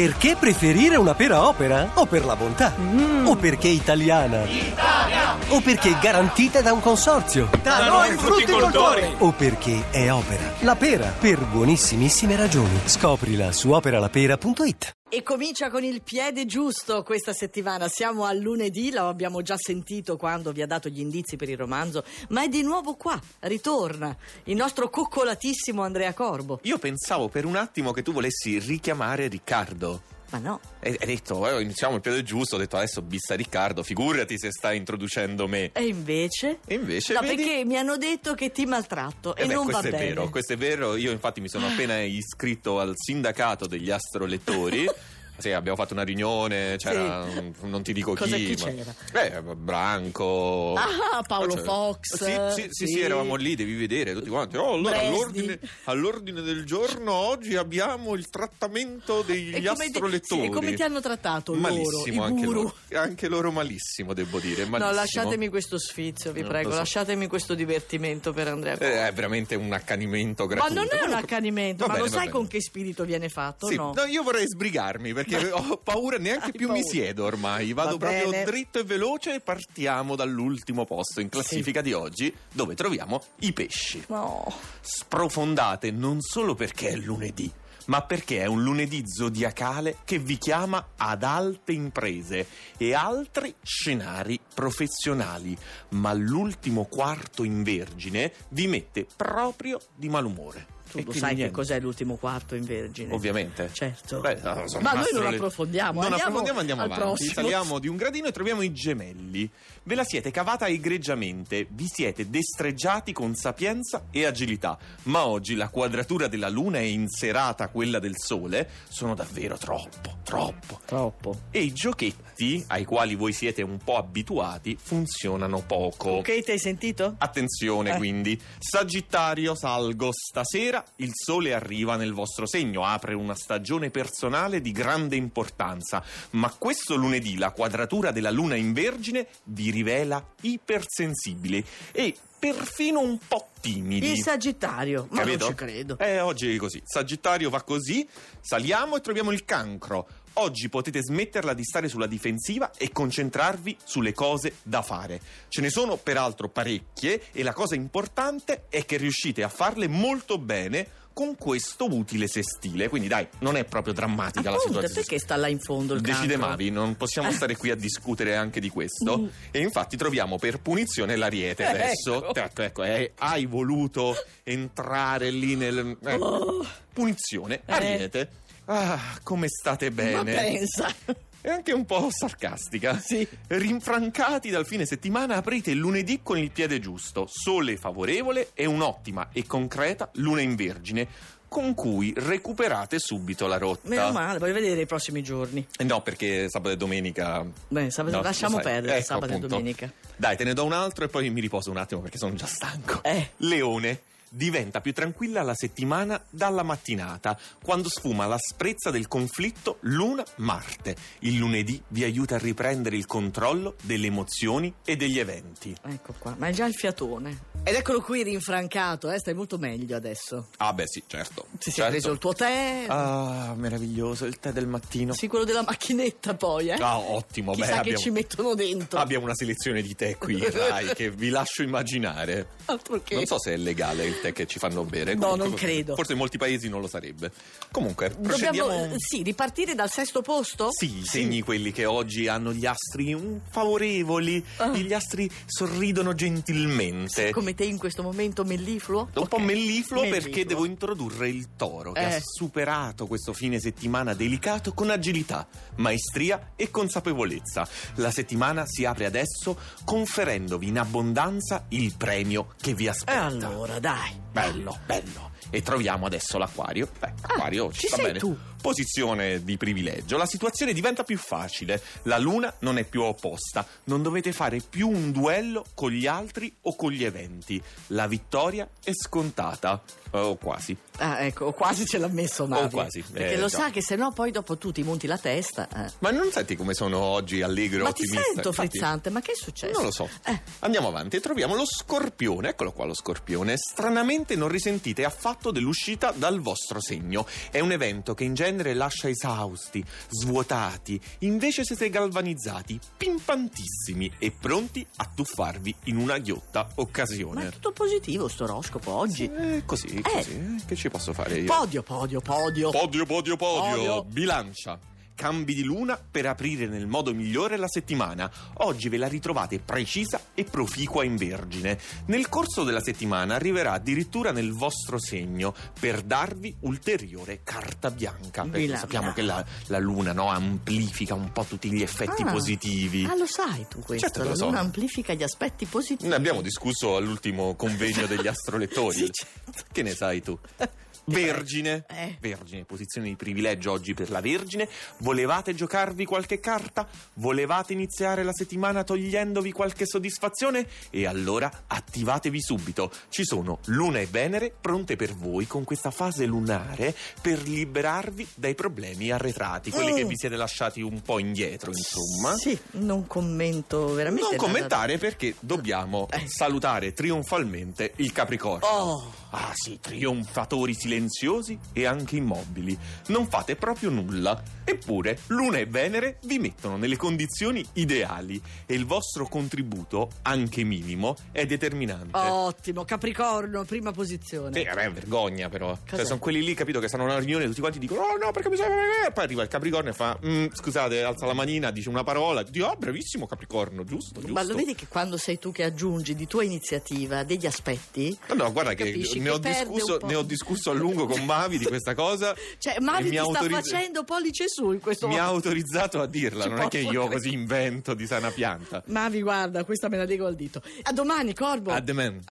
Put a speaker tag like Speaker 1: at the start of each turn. Speaker 1: Perché preferire una pera opera? O per la bontà?
Speaker 2: Mm.
Speaker 1: O perché italiana? O perché garantita da un consorzio?
Speaker 2: Da noi frutticoltori!
Speaker 1: O perché è opera? La pera, per buonissimissime ragioni. Scoprila su operalapera.it
Speaker 3: E comincia con il piede giusto questa settimana. Siamo al lunedì, lo abbiamo già sentito quando vi ha dato gli indizi per il romanzo, ma è di nuovo qua, ritorna il nostro coccolatissimo Andrea Corbo.
Speaker 2: Io pensavo per un attimo che tu volessi richiamare Riccardo.
Speaker 3: Ma no,
Speaker 2: E hai detto, eh, iniziamo il piede giusto, ho detto adesso bista Riccardo, figurati se sta introducendo me.
Speaker 3: e invece?
Speaker 2: E invece...
Speaker 3: no,
Speaker 2: vedi-
Speaker 3: perché mi hanno detto che ti maltratto e
Speaker 2: Eh beh,
Speaker 3: non va
Speaker 2: questo è
Speaker 3: bene.
Speaker 2: vero, questo è vero. Io infatti mi sono appena iscritto al sindacato degli astrolettori. Sì, abbiamo fatto una riunione, c'era
Speaker 3: Sì.
Speaker 2: un- non ti dico
Speaker 3: Cosa-
Speaker 2: chi,
Speaker 3: chi
Speaker 2: eh, Branco.
Speaker 3: Ah, Paolo
Speaker 2: Cioè,
Speaker 3: Fox.
Speaker 2: Sì sì, sì, sì,
Speaker 3: Sì.
Speaker 2: eravamo lì, devi vedere tutti quanti. Oh, allora,
Speaker 3: Bresdi.
Speaker 2: all'ordine, all'ordine del giorno oggi abbiamo il trattamento
Speaker 3: E
Speaker 2: degli
Speaker 3: come ti-
Speaker 2: astrolettori.
Speaker 3: sì, e come ti hanno trattato loro,
Speaker 2: malissimo,
Speaker 3: i
Speaker 2: anche
Speaker 3: guru?
Speaker 2: loro, anche loro malissimo, devo dire, malissimo.
Speaker 3: No, lasciatemi questo sfizio, vi
Speaker 2: Non
Speaker 3: prego,
Speaker 2: lo so.
Speaker 3: lasciatemi questo divertimento per Andrea Corbo.
Speaker 2: Eh, è veramente un accanimento
Speaker 3: ma
Speaker 2: gratuito.
Speaker 3: non è un
Speaker 2: Comunque-
Speaker 3: accanimento,
Speaker 2: Va
Speaker 3: ma
Speaker 2: bene,
Speaker 3: lo
Speaker 2: va
Speaker 3: sai
Speaker 2: bene.
Speaker 3: con che spirito viene fatto?
Speaker 2: Sì,
Speaker 3: no.
Speaker 2: no, io vorrei sbrigarmi perché ho paura, neanche
Speaker 3: Hai
Speaker 2: più mi
Speaker 3: paura.
Speaker 2: siedo ormai. Vado
Speaker 3: Va
Speaker 2: proprio
Speaker 3: bene.
Speaker 2: dritto e veloce e partiamo dall'ultimo posto in classifica di oggi, dove troviamo i pesci.
Speaker 3: No.
Speaker 2: Sprofondate non solo perché è lunedì, ma perché è un lunedì zodiacale che vi chiama ad alte imprese e altri scenari professionali. Ma l'ultimo quarto in vergine vi mette proprio di malumore.
Speaker 3: Tu
Speaker 2: E
Speaker 3: lo
Speaker 2: quindi
Speaker 3: sai che
Speaker 2: niente.
Speaker 3: cos'è l'ultimo quarto in Vergine?
Speaker 2: Ovviamente.
Speaker 3: Certo.
Speaker 2: Beh, no, sono
Speaker 3: Ma noi
Speaker 2: astrole-
Speaker 3: non approfondiamo.
Speaker 2: Non
Speaker 3: andiamo
Speaker 2: approfondiamo, andiamo
Speaker 3: al
Speaker 2: avanti.
Speaker 3: prossimo.
Speaker 2: Saliamo di un gradino e troviamo i gemelli. Ve la siete cavata egregiamente, vi siete destreggiati con sapienza e agilità. Ma oggi la quadratura della Luna è inserata a quella del Sole. Sono davvero troppo, troppo.
Speaker 3: Troppo.
Speaker 2: E i giochetti, ai quali voi siete un po' abituati, funzionano poco.
Speaker 3: Ok, ti hai sentito?
Speaker 2: Attenzione
Speaker 3: Eh.
Speaker 2: quindi, Sagittario salgo, stasera il sole arriva nel vostro segno, apre una stagione personale di grande importanza, ma questo lunedì la quadratura della luna in vergine vi rivela ipersensibili e perfino un po' timidi.
Speaker 3: Il Sagittario. Ma
Speaker 2: Capito?
Speaker 3: non ci credo.
Speaker 2: Eh, oggi è così. Sagittario va così, saliamo e troviamo il cancro. Oggi potete smetterla di stare sulla difensiva e concentrarvi sulle cose da fare. Ce ne sono peraltro parecchie e la cosa importante è che riuscite a farle molto bene con questo utile sestile. Quindi dai, non è proprio drammatica la
Speaker 3: Appunto,
Speaker 2: situazione.
Speaker 3: perché sta là in fondo il cancro?
Speaker 2: Decide Mavi, non possiamo
Speaker 3: Eh.
Speaker 2: stare qui a discutere anche di questo.
Speaker 3: Mm.
Speaker 2: E infatti troviamo per punizione l'ariete
Speaker 3: Eh,
Speaker 2: adesso.
Speaker 3: ecco.
Speaker 2: Ecco, ecco, eh, hai voluto entrare lì nel. eh,
Speaker 3: Oh.
Speaker 2: Punizione,
Speaker 3: Eh.
Speaker 2: ariete. Ah, come state
Speaker 3: Ma
Speaker 2: bene.
Speaker 3: pensa.
Speaker 2: È anche un po' sarcastica.
Speaker 3: Sì.
Speaker 2: Rinfrancati dal fine settimana, aprite il lunedì con il piede giusto. Sole favorevole e un'ottima e concreta luna in vergine, con cui recuperate subito la rotta.
Speaker 3: Meno male, voglio vedere i prossimi giorni.
Speaker 2: Eh No, perché sabato e domenica.
Speaker 3: Beh, sabato-
Speaker 2: No,
Speaker 3: lasciamo
Speaker 2: lo sai.
Speaker 3: perdere
Speaker 2: Ecco,
Speaker 3: sabato
Speaker 2: appunto.
Speaker 3: e domenica.
Speaker 2: Dai, te ne do un altro e poi mi riposo un attimo perché sono già stanco.
Speaker 3: Eh.
Speaker 2: Leone. Diventa più tranquilla la settimana dalla mattinata, quando sfuma l'asprezza del conflitto Luna-Marte. Il lunedì vi aiuta a riprendere il controllo delle emozioni e degli eventi.
Speaker 3: Ecco qua, ma è già il fiatone. Ed eccolo qui rinfrancato, eh, stai molto meglio adesso.
Speaker 2: Ah, beh, sì, certo.
Speaker 3: Ti sei
Speaker 2: certo.
Speaker 3: preso il tuo tè,
Speaker 2: Ah, meraviglioso, il tè del mattino.
Speaker 3: sì, quello della macchinetta poi, eh.
Speaker 2: Ah, ottimo,
Speaker 3: Chissà
Speaker 2: beh,
Speaker 3: che
Speaker 2: abbiamo...
Speaker 3: ci mettono dentro.
Speaker 2: Abbiamo una selezione di tè qui, dai, che vi lascio immaginare.
Speaker 3: Altro che-
Speaker 2: Non so se è legale il tè che ci fanno bere.
Speaker 3: No, non credo.
Speaker 2: Forse in molti paesi non lo sarebbe. Comunque, procediamo...
Speaker 3: Dobbiamo eh, sì, ripartire dal sesto posto?
Speaker 2: Sì, i segni quelli che oggi hanno gli astri mm, favorevoli,
Speaker 3: Ah.
Speaker 2: gli astri sorridono gentilmente.
Speaker 3: Come te in questo momento mellifluo?
Speaker 2: Un po'
Speaker 3: Esatto, Ok.
Speaker 2: mellifluo, perché
Speaker 3: Mellifluo.
Speaker 2: devo introdurre il toro che
Speaker 3: Eh.
Speaker 2: ha superato questo fine settimana delicato con agilità, maestria e consapevolezza. La settimana si apre adesso conferendovi in abbondanza il premio che vi
Speaker 3: E
Speaker 2: aspetta.
Speaker 3: Eh, allora, dai.
Speaker 2: Bello, bello. E troviamo adesso l'acquario. Beh, acquario ci
Speaker 3: Ah, ci
Speaker 2: sta
Speaker 3: sei
Speaker 2: bene.
Speaker 3: tu.
Speaker 2: Posizione di privilegio. La situazione diventa più facile. La luna non è più opposta. Non dovete fare più un duello con gli altri o con gli eventi. La vittoria è scontata. Eh, O quasi.
Speaker 3: Ah, ecco, quasi ce l'ha messo Mario.
Speaker 2: Oh, quasi, eh,
Speaker 3: Perché lo
Speaker 2: già.
Speaker 3: sa che se no poi dopo tu ti monti la testa. eh.
Speaker 2: Ma non senti come sono oggi allegro e
Speaker 3: Ma ti
Speaker 2: ottimista?
Speaker 3: sento
Speaker 2: Infatti,
Speaker 3: frizzante, ma che è successo?
Speaker 2: Non lo so.
Speaker 3: Eh.
Speaker 2: Andiamo avanti e troviamo lo scorpione. Eccolo qua lo scorpione. Stranamente non risentite affatto dell'uscita dal vostro segno. È un evento che in genere genere lascia esausti, svuotati, invece siete galvanizzati, pimpantissimi e pronti a tuffarvi in una ghiotta
Speaker 3: Ma è
Speaker 2: occasione.
Speaker 3: tutto positivo sto oroscopo oggi.
Speaker 2: Eh, così, così, eh, che ci posso fare io?
Speaker 3: Podio, podio, podio.
Speaker 2: Podio, podio, podio.
Speaker 3: Podio.
Speaker 2: Bilancia. Cambi di luna per aprire nel modo migliore la settimana. Oggi ve la ritrovate precisa e proficua in Vergine. Nel corso della settimana arriverà addirittura nel vostro segno per darvi ulteriore carta bianca. Perché
Speaker 3: Bilancia.
Speaker 2: sappiamo che la, la luna no, amplifica un po' tutti gli effetti
Speaker 3: Ah.
Speaker 2: positivi.
Speaker 3: Ah, lo sai tu questo.
Speaker 2: Certo che lo
Speaker 3: la
Speaker 2: so.
Speaker 3: luna amplifica gli aspetti positivi.
Speaker 2: Ne abbiamo discusso all'ultimo convegno degli astrolettori.
Speaker 3: Sì, certo.
Speaker 2: Che ne sai tu? Vergine,
Speaker 3: Eh.
Speaker 2: Vergine, posizione di privilegio oggi per la Vergine. Volevate giocarvi qualche carta? Volevate iniziare la settimana togliendovi qualche soddisfazione? E allora attivatevi subito. Ci sono Luna e Venere pronte per voi con questa fase lunare per liberarvi dai problemi arretrati, quelli
Speaker 3: Mm.
Speaker 2: che vi siete lasciati un po' indietro, insomma.
Speaker 3: Sì, non commento veramente.
Speaker 2: Ah? Non
Speaker 3: nada.
Speaker 2: commentare perché dobbiamo
Speaker 3: Eh.
Speaker 2: salutare trionfalmente il Capricorno.
Speaker 3: Oh.
Speaker 2: Ah sì, trionfatori silenziosi e anche immobili. Non fate proprio nulla. Eppure Luna e Venere vi mettono nelle condizioni ideali e il vostro contributo, anche minimo, è determinante.
Speaker 3: Ottimo, Capricorno, prima posizione.
Speaker 2: Sì, vabbè, è vergogna però. Cioè,
Speaker 3: Cos'è?
Speaker 2: sono quelli lì, capito, che stanno a una riunione e tutti quanti dicono "Oh no, perché bisogna..." E poi arriva il Capricorno e fa "Mm, "Scusate, alza la manina, dice una parola". Dice "Oh, bravissimo Capricorno, giusto, giusto".
Speaker 3: Ma lo vedi che quando sei tu che aggiungi di tua iniziativa degli aspetti.
Speaker 2: No, no, guarda che
Speaker 3: Capisci
Speaker 2: ne
Speaker 3: che
Speaker 2: ho,
Speaker 3: perde
Speaker 2: discusso,
Speaker 3: un po'.
Speaker 2: ne ho discusso a lungo con Mavi di questa cosa.
Speaker 3: Cioè, Mavi
Speaker 2: e
Speaker 3: ti
Speaker 2: mi ha
Speaker 3: sta
Speaker 2: autorizz-
Speaker 3: facendo pollice su in questo
Speaker 2: Mi ha
Speaker 3: momento.
Speaker 2: autorizzato a dirla,
Speaker 3: Ci
Speaker 2: non è che
Speaker 3: posso
Speaker 2: io
Speaker 3: credere.
Speaker 2: così invento di sana pianta.
Speaker 3: Mavi, guarda, questa me la leggo al dito. A Eh, domani, Corbo.
Speaker 2: A the man.